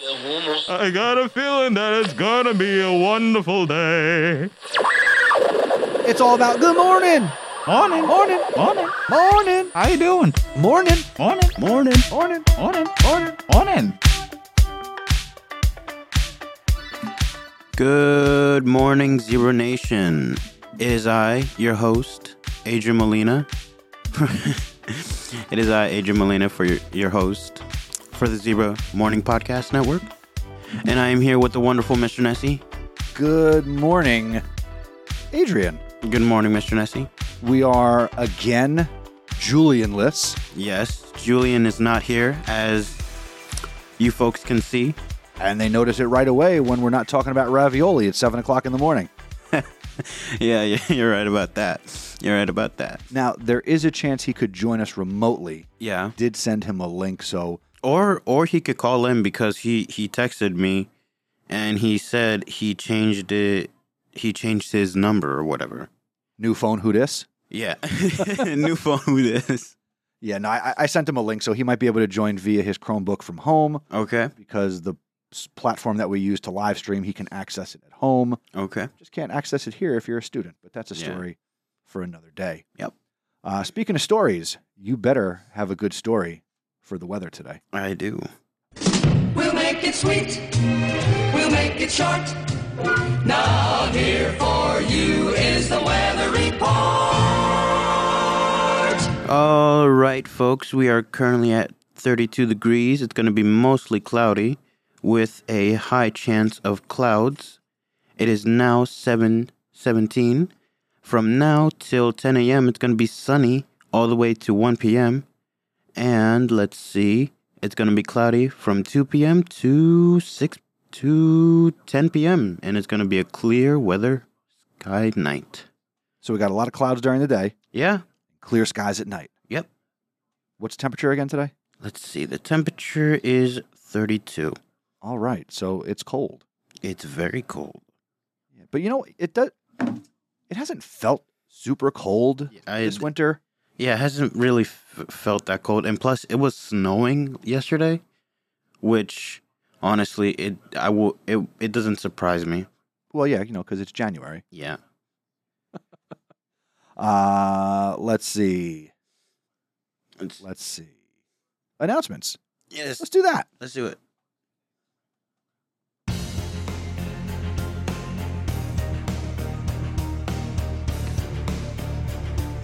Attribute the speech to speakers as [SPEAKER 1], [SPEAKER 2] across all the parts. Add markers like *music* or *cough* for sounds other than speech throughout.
[SPEAKER 1] I got a feeling that it's gonna be a wonderful day.
[SPEAKER 2] It's all about good morning,
[SPEAKER 1] Morning,
[SPEAKER 2] morning,
[SPEAKER 1] morning.
[SPEAKER 2] morning,
[SPEAKER 1] How you doing?
[SPEAKER 2] morning,
[SPEAKER 1] Morning, morning,
[SPEAKER 2] morning.
[SPEAKER 1] morning, morning, morning.
[SPEAKER 3] Good morning, Zero Nation. It is I, your host, Adrian Molina. *laughs* it is I, Adrian Molina, for your, your host for the Zebra Morning Podcast Network. And I am here with the wonderful Mr. Nessie.
[SPEAKER 2] Good morning, Adrian.
[SPEAKER 3] Good morning, Mr. Nessie.
[SPEAKER 2] We are again Julianless.
[SPEAKER 3] Yes, Julian is not here, as you folks can see. *laughs*
[SPEAKER 2] and they notice it right away when we're not talking about ravioli at seven o'clock in the morning.
[SPEAKER 3] Yeah, *laughs* yeah, you're right about that. You're right about that.
[SPEAKER 2] Now there is a chance he could join us remotely.
[SPEAKER 3] Yeah.
[SPEAKER 2] Did send him a link, so
[SPEAKER 3] or or he could call in because he he texted me and he said he changed it he changed his number or whatever
[SPEAKER 2] new phone, who dis?
[SPEAKER 3] yeah *laughs* new phone who this
[SPEAKER 2] Yeah, no, I, I sent him a link, so he might be able to join via his Chromebook from home
[SPEAKER 3] okay
[SPEAKER 2] because the s- platform that we use to live stream, he can access it at home.
[SPEAKER 3] okay
[SPEAKER 2] Just can't access it here if you're a student, but that's a
[SPEAKER 3] Yeah.
[SPEAKER 2] story for another day.
[SPEAKER 3] Yep.
[SPEAKER 2] Uh, speaking of stories, you better have a good story for the weather today.
[SPEAKER 3] i do
[SPEAKER 4] We'll make it sweet. We'll make it short. Now here for you is the weather report.
[SPEAKER 3] all right folks we are currently at 32 degrees it's going to be mostly cloudy with a high chance of clouds it is now 7 17 from now till 10 a.m it's going to be sunny all the way to 1 p.m and let's see it's going to be cloudy from 2 p.m to 6 to 10 p.m and it's going to be a clear weather sky night
[SPEAKER 2] So we got a lot of clouds during the day,
[SPEAKER 3] yeah
[SPEAKER 2] clear skies at night.
[SPEAKER 3] yep
[SPEAKER 2] What's temperature again today?
[SPEAKER 3] Let's see. The temperature is 32.
[SPEAKER 2] All right, so it's cold.
[SPEAKER 3] It's very cold.
[SPEAKER 2] Yeah, but you know, it does. It hasn't felt super cold
[SPEAKER 3] I-
[SPEAKER 2] this winter.
[SPEAKER 3] Yeah, it hasn't really f- felt that cold. And plus, it was snowing yesterday, which honestly, it I will it it doesn't surprise me.
[SPEAKER 2] Well, yeah, you know, because it's January.
[SPEAKER 3] Yeah.
[SPEAKER 2] Uh, let's see.
[SPEAKER 3] It's-
[SPEAKER 2] Let's see. Announcements.
[SPEAKER 3] yes.
[SPEAKER 2] Let's do that.
[SPEAKER 3] Let's do it.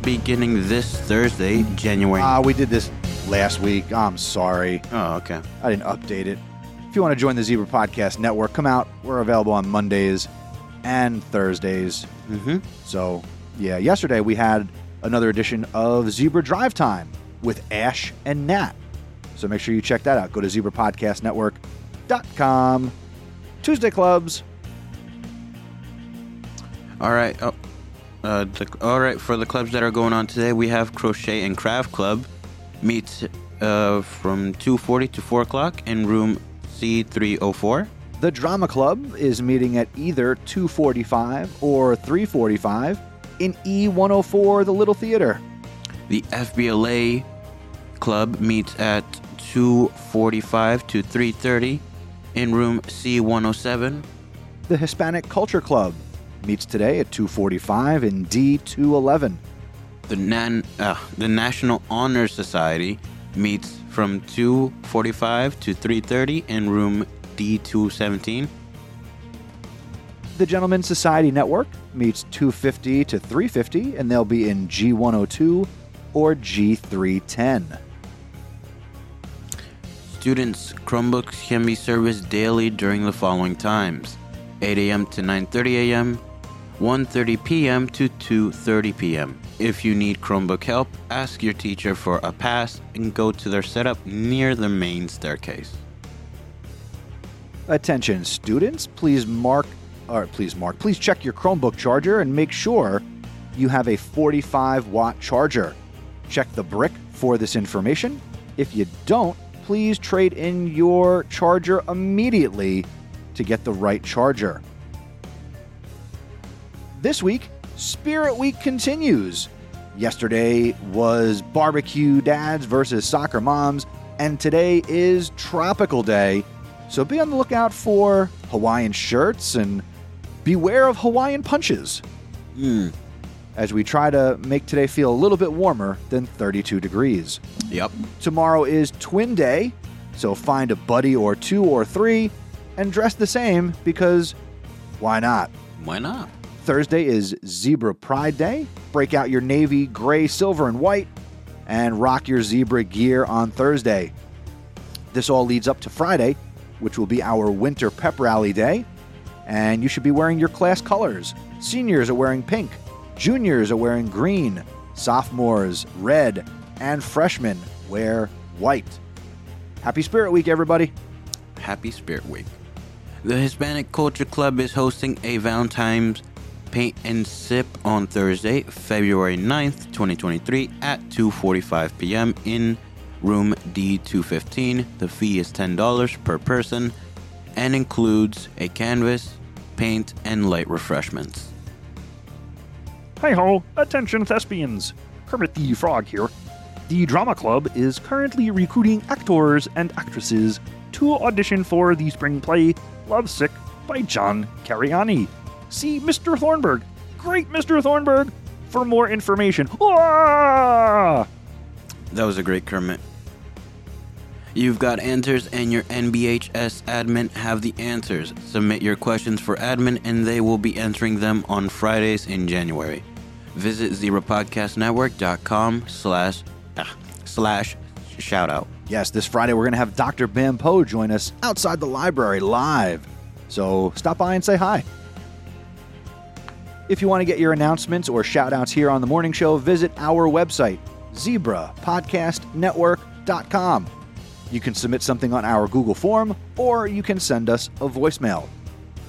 [SPEAKER 3] Beginning this Thursday, January.
[SPEAKER 2] Ah, we did this last week. I'm sorry,
[SPEAKER 3] oh, okay.
[SPEAKER 2] I didn't update it. If you want to join the Zebra Podcast Network, come out. We're available on Mondays and Thursdays.
[SPEAKER 3] Mm-hmm.
[SPEAKER 2] So, yeah, yesterday we had another edition of Zebra Drive Time with Ash and Nat. So make sure you check that out. Go to zebrapodcastnetwork.com. Tuesday clubs.
[SPEAKER 3] All right. Oh, uh, the, all right. For the clubs that are going on today, we have Crochet and Craft Club meets uh, from 2:40 to 4 o'clock in room C304.
[SPEAKER 2] The Drama Club is meeting at either 245 or 345 in E E104, the Little Theater.
[SPEAKER 3] The FBLA Club meets at 2:45 to 3:30 in room C107.
[SPEAKER 2] The Hispanic Culture Club meets today at 245 in D211.
[SPEAKER 3] The Nan, uh, the National Honor Society meets from 2:45 to 3:30 in room D217.
[SPEAKER 2] The Gentlemen's Society Network meets 250 to 350, and they'll be in G102 or G310.
[SPEAKER 3] Students' Chromebooks can be serviced daily during the following times: 8 a.m. to 9:30 a.m., 1:30 p.m. to 2:30 p.m. If you need Chromebook help, ask your teacher for a pass and go to their setup near the main staircase.
[SPEAKER 2] Attention, students, please mark, or please mark, please check your Chromebook charger and make sure you have a 45 watt charger. Check the brick for this information. If you don't, please trade in your charger immediately to get the right charger. This week, Spirit Week continues. Yesterday was barbecue dads versus soccer moms, and today is Tropical Day So be on the lookout for Hawaiian shirts and beware of Hawaiian punches as we try to make today feel a little bit warmer than 32 degrees.
[SPEAKER 3] Yep.
[SPEAKER 2] Tomorrow is Twin Day, so find a buddy or two or three and dress the same because why not?
[SPEAKER 3] Why not?
[SPEAKER 2] Thursday is Zebra Pride Day. Break out your navy, gray, silver, and white, and rock your zebra gear on Thursday. This all leads up to Friday, which will be our Winter Pep Rally Day, and you should be wearing your class colors. Seniors are wearing pink, juniors are wearing green, sophomores red, and freshmen wear white. Happy Spirit Week, everybody!
[SPEAKER 3] Happy Spirit Week. The Hispanic Culture Club is hosting a Valentine's Paint and Sip on Thursday, February 9th, 2023 at 2:45 p.m. in room D215. The fee is $10 per person and includes a canvas, paint, and light refreshments.
[SPEAKER 5] Hi ho, attention thespians! Kermit the Frog here. The Drama Club is currently recruiting actors and actresses to audition for the spring play Love Sick by John Cariani. See Mr. Thornburg, great Mr. Thornburg, for more information. Ah!
[SPEAKER 3] That was a great Kermit. You've got answers, and your NBHS admin have the answers. Submit your questions for admin, and they will be answering them on Fridays in January. Visit zebrapodcastnetwork.com slash ah, slash shout out.
[SPEAKER 2] Yes, this Friday we're going to have Dr. Bam Poe join us outside the library live. So stop by and say hi. If you want to get your announcements or shout outs here on the morning show, visit our website, zebrapodcastnetwork.com. You can submit something on our Google form or you can send us a voicemail.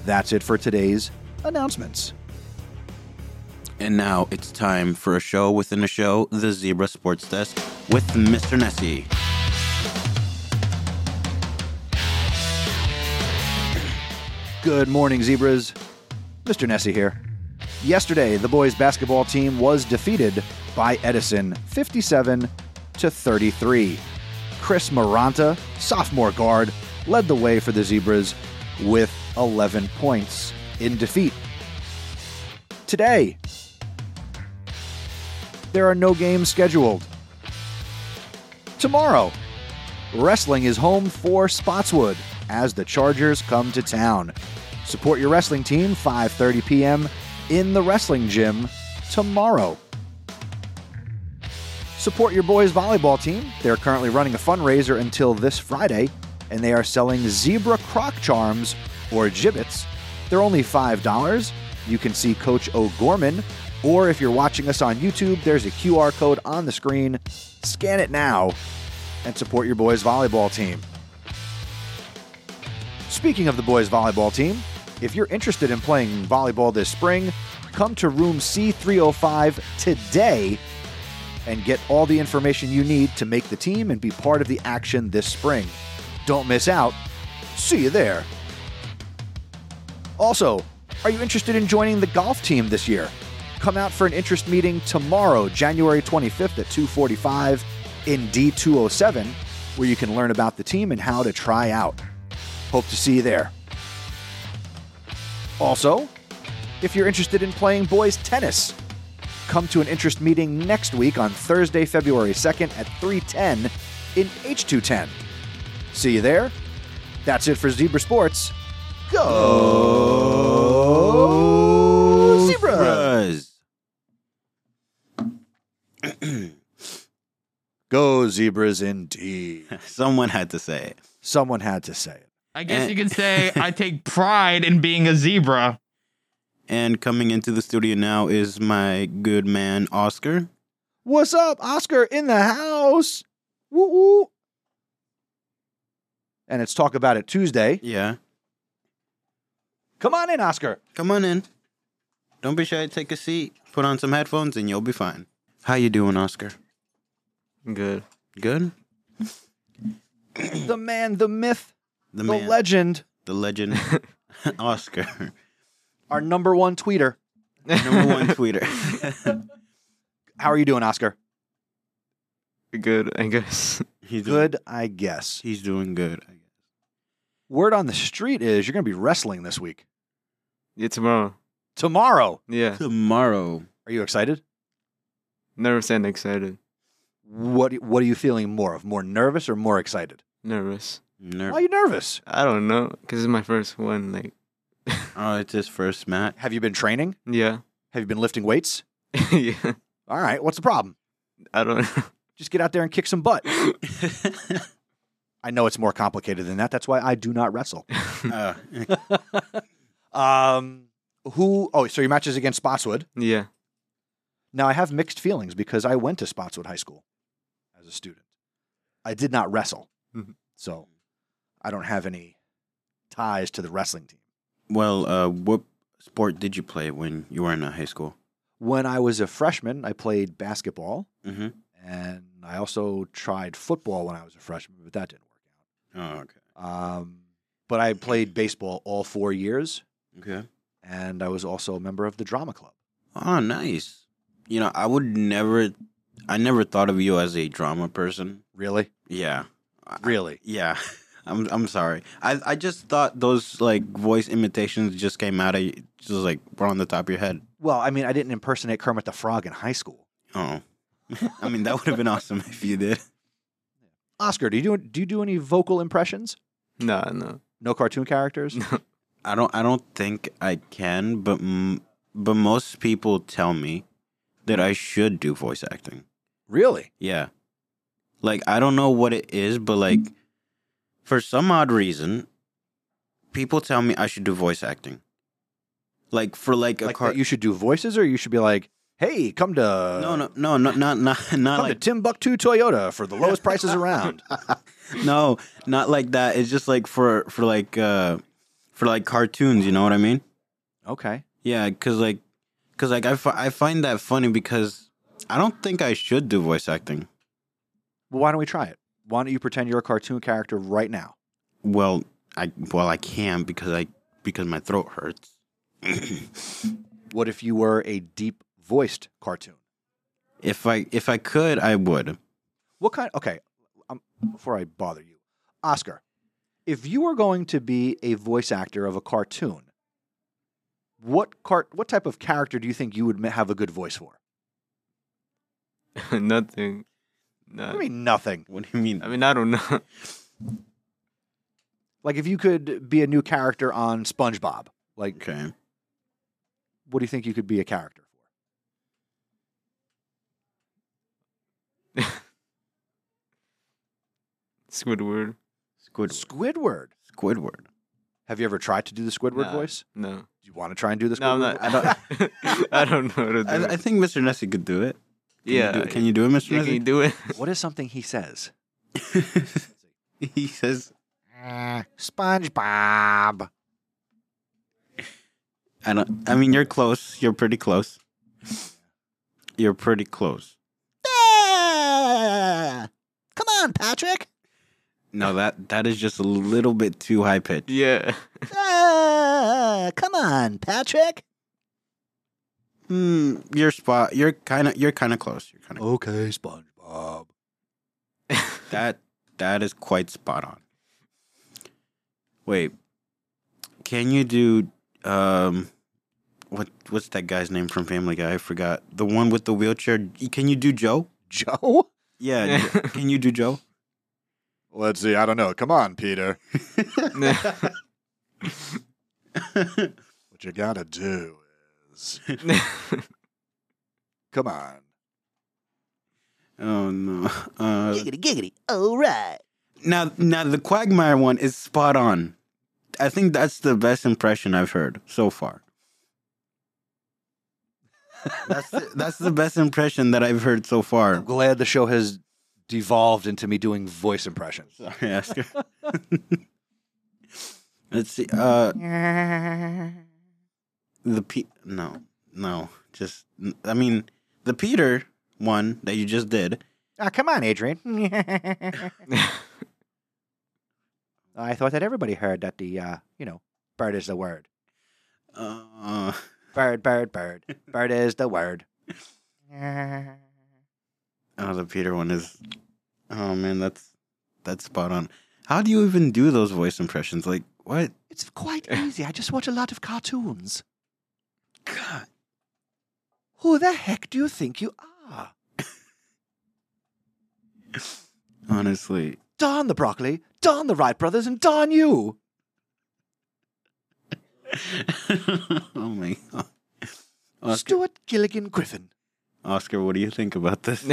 [SPEAKER 2] That's it for today's announcements.
[SPEAKER 3] And now it's time for a show within a show, the Zebra Sports Desk with Mr. Nessie.
[SPEAKER 2] Good morning, Zebras. Mr. Nessie here. Yesterday, the boys' basketball team was defeated by Edison 57 to 33. Chris Maranta, sophomore guard, led the way for the Zebras with 11 points in defeat. Today, there are no games scheduled. Tomorrow, Wrestling is home for Spotswood as the Chargers come to town. Support your wrestling team 5:30 p.m. in the wrestling gym tomorrow. Support your boys volleyball team. They're currently running a fundraiser until this Friday and they are selling zebra croc charms or gibbets. They're only $5. You can see coach O'Gorman or if you're watching us on YouTube, there's a QR code on the screen. Scan it now and support your boys volleyball team. Speaking of the boys volleyball team, if you're interested in playing volleyball this spring, come to room C305 today and get all the information you need to make the team and be part of the action this spring. Don't miss out. See you there. Also, are you interested in joining the golf team this year? Come out for an interest meeting tomorrow, January 25th at 2:45 in D207, where you can learn about the team and how to try out. Hope to see you there. Also, if you're interested in playing boys tennis, come to an interest meeting next week on Thursday, February 2nd at 3:10 in H210. See you there. That's it for Zebra Sports. Go Zebra.
[SPEAKER 3] Buzz.
[SPEAKER 2] Go Zebras indeed.
[SPEAKER 3] *clears throat* Someone had to say it.
[SPEAKER 2] *laughs* Someone had to say it.
[SPEAKER 1] I guess you could say *laughs* I take pride in being a zebra.
[SPEAKER 3] And coming into the studio now is my good man Oscar.
[SPEAKER 2] What's up, Oscar in the house? Woo woo. And it's Talk About It Tuesday.
[SPEAKER 3] Yeah.
[SPEAKER 2] Come on in, *clears throat* Oscar.
[SPEAKER 3] Come on in. Don't be shy. Take a seat. Put on some headphones, and you'll be fine. How you doing, Oscar?
[SPEAKER 6] Good.
[SPEAKER 3] Good.
[SPEAKER 2] The man, the myth,
[SPEAKER 3] The
[SPEAKER 2] the
[SPEAKER 3] man,
[SPEAKER 2] legend, *laughs*
[SPEAKER 3] the legend, *laughs* Oscar,
[SPEAKER 2] our number one tweeter.
[SPEAKER 3] number one
[SPEAKER 2] *laughs*
[SPEAKER 3] tweeter.
[SPEAKER 2] How are you doing, Oscar?
[SPEAKER 6] Good, I guess.
[SPEAKER 3] he's doing-
[SPEAKER 2] Good, I guess.
[SPEAKER 3] He's doing good. I guess.
[SPEAKER 2] Word on the street is you're going to be wrestling this week.
[SPEAKER 6] *laughs* Yeah, tomorrow.
[SPEAKER 2] Tomorrow.
[SPEAKER 6] Yeah.
[SPEAKER 3] Tomorrow.
[SPEAKER 2] Are you excited?
[SPEAKER 6] Nervous and excited.
[SPEAKER 2] What What are you feeling more of? More nervous or more excited?
[SPEAKER 6] Nervous.
[SPEAKER 3] Ner-
[SPEAKER 2] Why are you nervous?
[SPEAKER 6] I don't know, cause it's my first one. Like,
[SPEAKER 3] Oh, it's his first match. *laughs*
[SPEAKER 2] Have you been training?
[SPEAKER 6] yeah, *laughs*
[SPEAKER 2] Have you been lifting weights?
[SPEAKER 6] yeah.
[SPEAKER 2] All right. What's the problem?
[SPEAKER 6] I don't know. *laughs*
[SPEAKER 2] Just get out there and kick some butt. I know it's more complicated than that. That's why I do not wrestle.
[SPEAKER 3] Uh, *laughs*
[SPEAKER 2] Um, who? Oh, so your match is against Spotswood.
[SPEAKER 6] Yeah.
[SPEAKER 2] Now I have mixed feelings because I went to Spotswood High School as a student. I did not wrestle,
[SPEAKER 6] Mhm.
[SPEAKER 2] so I don't have any ties to the wrestling team.
[SPEAKER 3] well, uh, what sport did you play when you were in uh, high school?
[SPEAKER 2] When I was a freshman, I played basketball,
[SPEAKER 3] Mm-hmm.
[SPEAKER 2] and I also tried football when I was a freshman, but that didn't work
[SPEAKER 3] Oh, okay.
[SPEAKER 2] out. Um, but I played baseball all four years,
[SPEAKER 3] Okay.
[SPEAKER 2] and I was also a member of the drama club.
[SPEAKER 3] Oh, nice. You know, I would never, I never thought of you as a drama person.
[SPEAKER 2] Really,
[SPEAKER 3] Yeah. I-
[SPEAKER 2] really.
[SPEAKER 3] Yeah. *laughs* I'm I'm sorry. I I just thought those like voice imitations just came out of you, just like were on the top of your head.
[SPEAKER 2] Well, I mean, I didn't impersonate Kermit the Frog in high school.
[SPEAKER 3] Oh. *laughs* I mean, that would have been *laughs* awesome if you did.
[SPEAKER 2] Oscar, do you do, do you do any vocal impressions?
[SPEAKER 6] No, no. *laughs*
[SPEAKER 2] No cartoon characters.
[SPEAKER 3] I don't I don't think I can, but m- but most people tell me that I should do voice acting.
[SPEAKER 2] *laughs* Really?
[SPEAKER 3] Yeah. Like I don't know what it is, but like for some odd reason people tell me I should do voice acting. Like for like a
[SPEAKER 2] Like
[SPEAKER 3] car-
[SPEAKER 2] that you should do voices, or you should be like, "Hey, come to
[SPEAKER 3] *laughs* No, no, no, no, not *laughs* not not
[SPEAKER 2] come to
[SPEAKER 3] like
[SPEAKER 2] Timbuktu Toyota for the lowest
[SPEAKER 3] *laughs*
[SPEAKER 2] prices around."
[SPEAKER 3] no, not like that. It's just like for for like uh for like cartoons. You know what I mean?
[SPEAKER 2] Okay,
[SPEAKER 3] Yeah, cause like cause like I, fi- I find that funny because I don't think I should do voice acting.
[SPEAKER 2] well, why don't we try it? Why don't you pretend you're a cartoon character right now?
[SPEAKER 3] Well, I well I can because I because my throat hurts. *clears throat*
[SPEAKER 2] What if you were a deep voiced cartoon?
[SPEAKER 3] If I if I could, I would.
[SPEAKER 2] What kind? Okay, um, before I bother you, Oscar, if you were going to be a voice actor of a cartoon, what cart? What type of character do you think you would ma- have a good voice for?
[SPEAKER 6] Nothing.
[SPEAKER 2] I
[SPEAKER 6] No.
[SPEAKER 2] mean, nothing.
[SPEAKER 3] What do you mean?
[SPEAKER 6] I mean, I don't know. *laughs*
[SPEAKER 2] Like if you could be a new character on SpongeBob, like
[SPEAKER 3] Okay.
[SPEAKER 2] what do you think you could be a character for?
[SPEAKER 6] Squidward.
[SPEAKER 3] Squid
[SPEAKER 2] Squidward.
[SPEAKER 3] Squidward.
[SPEAKER 2] Have you ever tried to do the Squidward
[SPEAKER 6] Nah,
[SPEAKER 2] voice?
[SPEAKER 6] No.
[SPEAKER 2] Do you want to try and do this?
[SPEAKER 6] No, I'm not. I don't. *laughs* I don't know how to do
[SPEAKER 3] I, I
[SPEAKER 6] it.
[SPEAKER 3] think Mr. Nessie could do it. Can you
[SPEAKER 6] Yeah.
[SPEAKER 3] do- can you do it, Mr.
[SPEAKER 6] yeah, can you do it?
[SPEAKER 2] *laughs*
[SPEAKER 6] *laughs*
[SPEAKER 2] What is something he says?
[SPEAKER 3] Nessie? *laughs* he says,
[SPEAKER 2] SpongeBob.
[SPEAKER 3] I don't. I mean, you're close. You're pretty close. *laughs* You're pretty close.
[SPEAKER 2] Come on, Patrick.
[SPEAKER 3] No, that that is just a little bit too high pitched.
[SPEAKER 6] Yeah.
[SPEAKER 2] come on, Patrick.
[SPEAKER 3] Hmm, your spot. You're kind of. You're kind of close. You're kind of.
[SPEAKER 2] Okay, SpongeBob.
[SPEAKER 3] That that is quite spot on. Wait, can you do um, what what's that guy's name from Family Guy? I forgot. The one with the wheelchair. Can you do Joe?
[SPEAKER 2] Joe?
[SPEAKER 3] Yeah. Jo- *laughs* can you do Joe?
[SPEAKER 2] Let's see. I don't know. Come on, Peter. What you gotta do is come on.
[SPEAKER 3] Oh no. Uh,
[SPEAKER 2] giggity. All right.
[SPEAKER 3] Now, now the Quagmire one is spot on. I think that's the best impression I've heard so far. that's the, that's the best impression that I've heard so far.
[SPEAKER 2] glad the show has devolved into me doing voice impressions.
[SPEAKER 3] Sorry, Oscar. *laughs* Let's see. Uh,
[SPEAKER 2] Ah,
[SPEAKER 3] the Pe- no, no, just I mean the Peter one that you just did.
[SPEAKER 2] Ah, come on, Adrian. *laughs* I thought that everybody heard that the uh, you know, bird is the word.
[SPEAKER 3] Uh,
[SPEAKER 2] Bird, bird, bird. Bird is the word.
[SPEAKER 3] Oh, the Peter one is. Oh man, that's that's spot on. How do you even do those voice impressions? Like what?
[SPEAKER 2] It's quite easy. I just watch a lot of cartoons.
[SPEAKER 3] God.
[SPEAKER 2] Who the heck do you think you are?
[SPEAKER 3] Honestly, *laughs*
[SPEAKER 2] Darn the broccoli, darn the Wright brothers, and darn you!
[SPEAKER 3] oh my god. Oscar,
[SPEAKER 2] Stuart Gilligan Griffin.
[SPEAKER 3] Oscar, what do you think about this?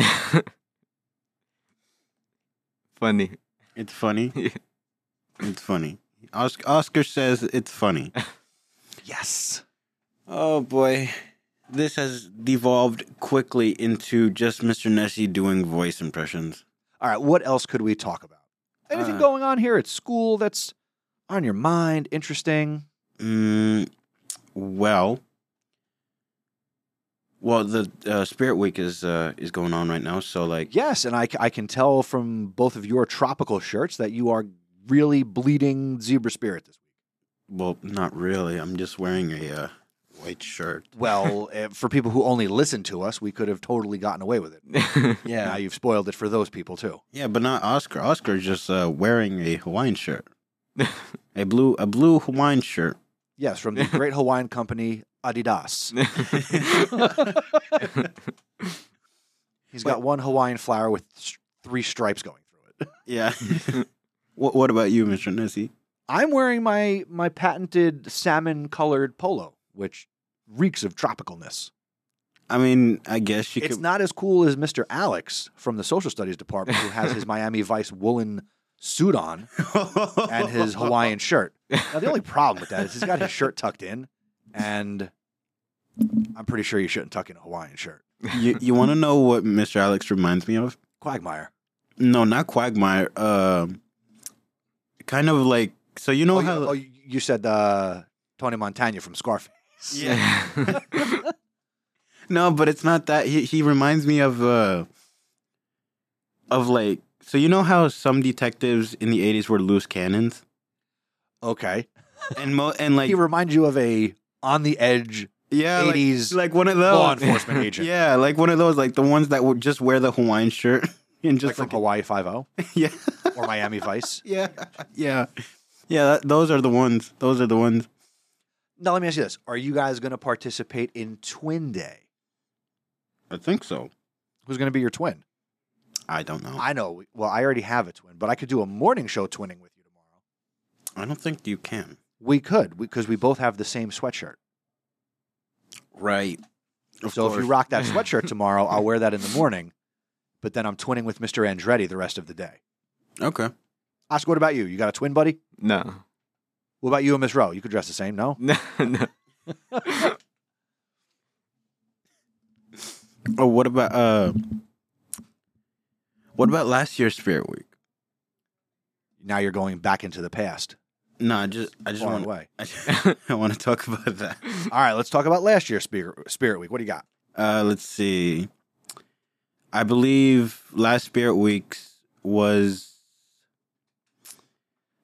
[SPEAKER 6] *laughs*
[SPEAKER 3] *laughs*
[SPEAKER 6] Funny. *laughs*
[SPEAKER 3] It's funny.
[SPEAKER 6] Yeah.
[SPEAKER 3] It's funny. Oscar, Oscar says it's funny.
[SPEAKER 2] Yes.
[SPEAKER 3] Oh boy. This has devolved quickly into just Mr. Nessie doing voice impressions.
[SPEAKER 2] All right, what else could we talk about? Anything
[SPEAKER 3] Uh,
[SPEAKER 2] going on here at school that's on your mind, interesting?
[SPEAKER 3] Mm, well, well, the uh, Spirit Week is uh, is going on right now, so like,
[SPEAKER 2] Yes, and I, c- I can tell from both of your tropical shirts that you are really bleeding zebra spirit this week.
[SPEAKER 3] well, not really. I'm just wearing a uh, white shirt.
[SPEAKER 2] Well, eh, for people who only listen to us, we could have totally gotten away with it. Now
[SPEAKER 3] Yeah,
[SPEAKER 2] you've spoiled it for those people too.
[SPEAKER 3] yeah, but not Oscar. Oscar's just uh, wearing a Hawaiian shirt, a blue a blue Hawaiian shirt.
[SPEAKER 2] Yes, from *laughs* the great Hawaiian company Adidas. He's got one Hawaiian flower with s- three stripes going through it.
[SPEAKER 3] Yeah. *laughs* what What about you, Mr. Nessie?
[SPEAKER 2] I'm wearing my my patented salmon colored polo, which reeks of tropicalness.
[SPEAKER 3] I mean, I guess you
[SPEAKER 2] It's
[SPEAKER 3] could.
[SPEAKER 2] not as cool as Mr. Alex from the social studies department who has *laughs* his Miami Vice woolen suit on and *laughs* his Hawaiian shirt. Now the only problem with that is he's got his shirt tucked in and I'm pretty sure you shouldn't tuck in a Hawaiian shirt.
[SPEAKER 3] you you want to know what Mr. Alex reminds me of?
[SPEAKER 2] Quagmire.
[SPEAKER 3] No, not Quagmire. Um, kind of like so you know
[SPEAKER 2] Oh, you,
[SPEAKER 3] how
[SPEAKER 2] oh, you- you said uh, Tony Montana from Scarface.
[SPEAKER 3] *laughs* yeah. *laughs*
[SPEAKER 6] *laughs*
[SPEAKER 3] no, but it's not that. He he reminds me of uh of like so you know how some detectives in the eighties were loose cannons
[SPEAKER 2] Okay.
[SPEAKER 3] and mo- and like
[SPEAKER 2] he reminded you of a on the edge
[SPEAKER 3] yeah like-
[SPEAKER 2] 80s
[SPEAKER 3] like, one of those
[SPEAKER 2] law
[SPEAKER 3] *laughs*
[SPEAKER 2] enforcement agent.
[SPEAKER 3] yeah like one of those like the ones that would just wear the Hawaiian shirt *laughs* and
[SPEAKER 2] Like
[SPEAKER 3] just
[SPEAKER 2] from
[SPEAKER 3] like,
[SPEAKER 2] Hawaii Five O
[SPEAKER 3] *laughs*
[SPEAKER 2] *laughs*
[SPEAKER 3] yeah.
[SPEAKER 2] or Miami Vice.
[SPEAKER 3] Yeah, yeah, yeah. That, those are the ones. Those are the ones.
[SPEAKER 2] *laughs* Now let me ask you this: Are you guys going to participate in Twin Day?
[SPEAKER 3] I think so.
[SPEAKER 2] Who's going to be your twin?
[SPEAKER 3] I don't know. I,
[SPEAKER 2] I know. Well, I already have a twin, but I could do a morning show twinning with you tomorrow.
[SPEAKER 3] don't think you can.
[SPEAKER 2] We could because we both have the same sweatshirt.
[SPEAKER 3] Right. Of
[SPEAKER 2] so if you
[SPEAKER 3] course.
[SPEAKER 2] rock that *laughs* sweatshirt tomorrow, I'll wear that in the morning. But then I'm twinning with Mr. Andretti the rest of the day.
[SPEAKER 3] okay.
[SPEAKER 2] Oscar, what about you? You got a twin buddy?
[SPEAKER 6] no. *laughs*
[SPEAKER 2] What about you and Miss Rowe? You could dress the same, no?
[SPEAKER 6] No. No.
[SPEAKER 3] Oh, what about uh, what about last year's Spirit Week?
[SPEAKER 2] Now you're going back into the past.
[SPEAKER 3] No, I just I just
[SPEAKER 2] Far
[SPEAKER 3] want
[SPEAKER 2] away.
[SPEAKER 3] I, *laughs* I want to talk about *laughs* that.
[SPEAKER 2] All right, let's talk about last year's Spirit, Spirit Week. What do you got?
[SPEAKER 3] Uh, let's see. I believe last Spirit Week's was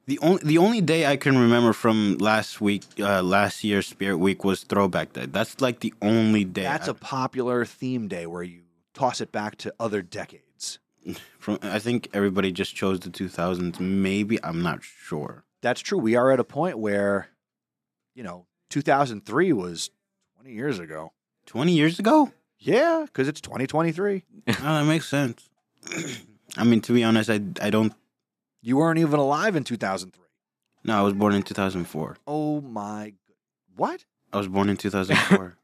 [SPEAKER 3] the only the only day I can remember from last week, uh, last year's Spirit Week was Throwback Day. That's like the only day.
[SPEAKER 2] That's
[SPEAKER 3] I,
[SPEAKER 2] a popular theme day where you toss it back to other decades.
[SPEAKER 3] from. I think everybody just chose the 2000s. Maybe I'm not sure.
[SPEAKER 2] That's true. We are at a point where, you know, 2003 was 20 years ago.
[SPEAKER 3] Twenty years
[SPEAKER 2] *laughs*
[SPEAKER 3] ago.
[SPEAKER 2] Yeah, because it's 2023.
[SPEAKER 3] oh, that makes sense. *clears throat* I mean, to be honest, I I don't.
[SPEAKER 2] You weren't even alive in 2003.
[SPEAKER 3] No, I was born in 2004.
[SPEAKER 2] Oh my. go- What?
[SPEAKER 3] I was born in 2004.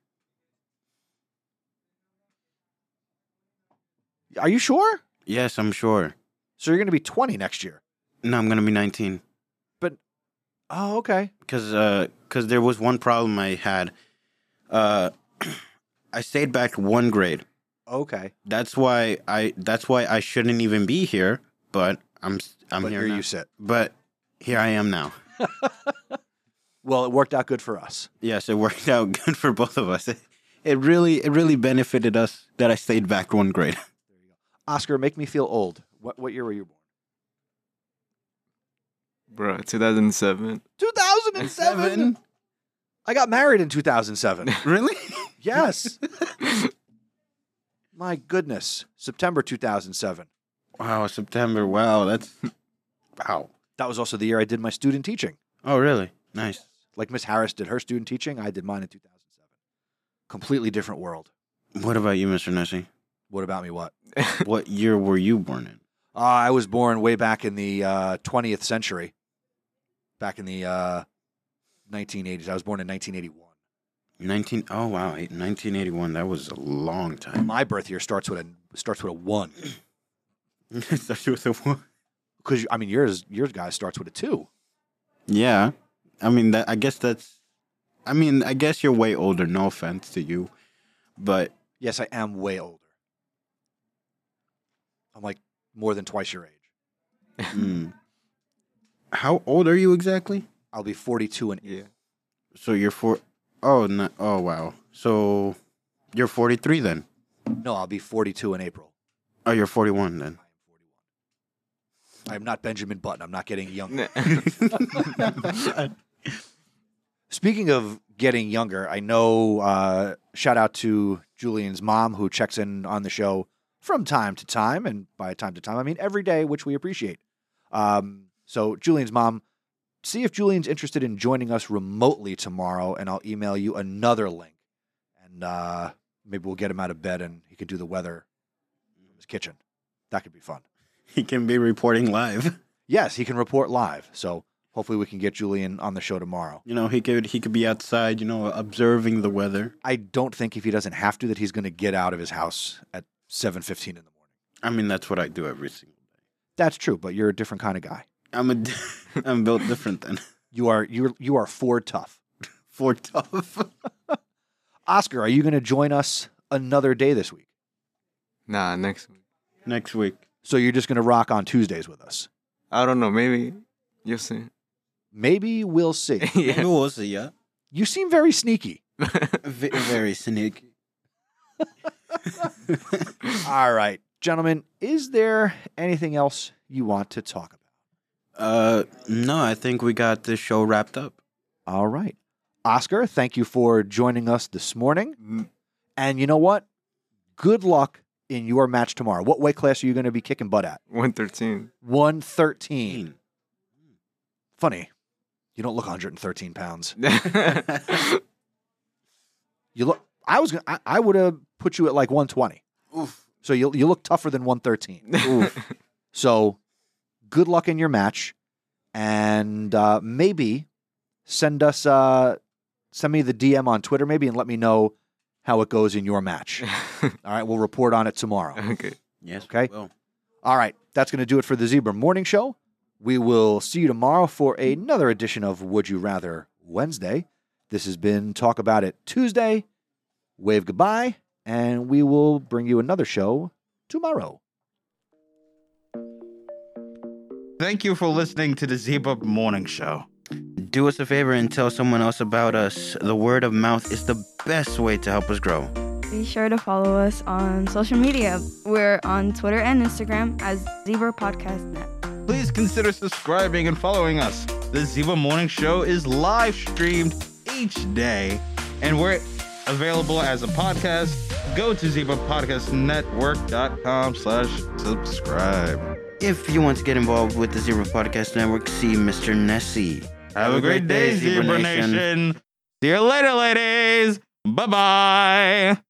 [SPEAKER 2] Are you sure?
[SPEAKER 3] yes, I'm sure.
[SPEAKER 2] So you're going to be 20 next year.
[SPEAKER 3] No, I'm gonna be 19.
[SPEAKER 2] Oh, okay.
[SPEAKER 3] because uh, 'cause there was one problem I had. Uh, *clears throat* I stayed back one grade.
[SPEAKER 2] Okay.
[SPEAKER 3] That's why I. That's why I shouldn't even be here. But I'm. s- I'm
[SPEAKER 2] but
[SPEAKER 3] here.
[SPEAKER 2] here
[SPEAKER 3] now.
[SPEAKER 2] you sit.
[SPEAKER 3] but here I am now.
[SPEAKER 2] Well, it worked out good for us.
[SPEAKER 3] Yes, it worked *laughs* out good for both of us. It, it really, it really benefited us that I stayed back one grade.
[SPEAKER 2] Oscar, make me feel old. What, what year were you born?
[SPEAKER 6] Bro, 2007.
[SPEAKER 2] 2007. I got married in 2007.
[SPEAKER 3] really?
[SPEAKER 2] yes. My goodness. September 2007.
[SPEAKER 3] Wow, September. Wow, that's wow.
[SPEAKER 2] That was also the year I did my student teaching.
[SPEAKER 3] Oh, really? Nice.
[SPEAKER 2] Like Miss Harris did her student teaching, I did mine in 2007. Completely different world.
[SPEAKER 3] What about you, Mr. Nessie?
[SPEAKER 2] What about me? What?
[SPEAKER 3] What year were you born in?
[SPEAKER 2] Uh, I was born way back in the uh, 20th century, back in the uh, 1980s. I was born in 1981.
[SPEAKER 3] 19 Oh wow, eight- 1981. That was a long time. *laughs*
[SPEAKER 2] My birth year starts with a starts with a one
[SPEAKER 3] Started with a one.
[SPEAKER 2] because I mean yours yours guys starts with a two.
[SPEAKER 3] Yeah. I mean that I guess that's I mean, I guess you're way older, no offense to you. But
[SPEAKER 2] Yes, I am way older. I'm like more than twice your age.
[SPEAKER 3] hmm. how old are you exactly?
[SPEAKER 2] I'll be 42 and
[SPEAKER 6] Yeah.
[SPEAKER 3] So you're four oh no oh wow. So you're 43 then.
[SPEAKER 2] no, I'll be 42 in April.
[SPEAKER 3] Oh, you're 41 then.
[SPEAKER 2] I am 41. I am not Benjamin Button. I'm not getting younger. Speaking of getting younger, I know. Uh, shout out to Julian's mom who checks in on the show from time to time, and by time to time I mean every day, which we appreciate. Um, so Julian's mom, see if Julian's interested in joining us remotely tomorrow, and I'll email you another link, and uh, maybe we'll get him out of bed and he can do the weather from his kitchen. That could be fun.
[SPEAKER 3] *laughs* He can be reporting live. *laughs*
[SPEAKER 2] Yes, he can report live. So hopefully we can get Julian on the show tomorrow.
[SPEAKER 3] You know, he could he could be outside, you know, observing the weather.
[SPEAKER 2] I don't think if he doesn't have to that he's going to get out of his house at 7:15 in the morning.
[SPEAKER 3] I mean, that's what I do every single
[SPEAKER 2] That's true, but you're a different kind of guy.
[SPEAKER 3] I'm a, *laughs* I'm built different than
[SPEAKER 2] You are you're you are for tough.
[SPEAKER 3] for tough.
[SPEAKER 2] Oscar, are you going to join us another day this week?
[SPEAKER 6] Nah, next week.
[SPEAKER 3] *laughs* Next *laughs* week.
[SPEAKER 2] So you're just going to rock on Tuesdays with us.
[SPEAKER 6] I don't know. Maybe you'll see. *laughs*
[SPEAKER 2] Maybe we'll see.
[SPEAKER 3] Maybe
[SPEAKER 6] yeah.
[SPEAKER 3] we'll see ya.
[SPEAKER 2] You seem very sneaky.
[SPEAKER 6] *laughs*
[SPEAKER 3] V- very sneaky.
[SPEAKER 2] All right, gentlemen, is there anything else you want to talk about?
[SPEAKER 3] Uh, no, I think we got this show wrapped up.
[SPEAKER 2] All right. Oscar, thank you for joining us this morning. And you know what? Good luck in your match tomorrow. What weight class are you going to be kicking butt at?
[SPEAKER 6] 113.
[SPEAKER 2] 113. Funny. You don't look 113 pounds. You look I was gonna, I, I would have put you at like 120.
[SPEAKER 3] Oof.
[SPEAKER 2] So you you look tougher than 113. So good luck in your match and uh, maybe send us uh, send me the DM on Twitter maybe and let me know how it goes in your match.
[SPEAKER 6] *laughs*
[SPEAKER 2] All right, we'll report on it tomorrow.
[SPEAKER 6] *laughs* okay.
[SPEAKER 3] Yes.
[SPEAKER 2] Okay.
[SPEAKER 3] Well,
[SPEAKER 2] All right, that's going to do it for the Zebra Morning Show. We will see you tomorrow for another edition of Would You Rather Wednesday. This has been Talk About It Tuesday. Wave goodbye, and we will bring you another show tomorrow.
[SPEAKER 7] Thank you for listening to the Zebra Morning Show.
[SPEAKER 3] do us a favor and tell someone else about us. The word of mouth is the best way to help us grow.
[SPEAKER 8] Be sure to follow us on social media. We're on Twitter and Instagram as Zebra Podcast Net.
[SPEAKER 7] Please consider subscribing and following us. The Zebra Morning Show is live streamed each day, and we're available as a podcast. Go to zebrapodcastnetwork.com slash subscribe.
[SPEAKER 3] If you want to get involved with the Zebra Podcast Network, see Mr. Nessie.
[SPEAKER 7] Have a great day, Zebra Nation. See you later, ladies. Bye-bye.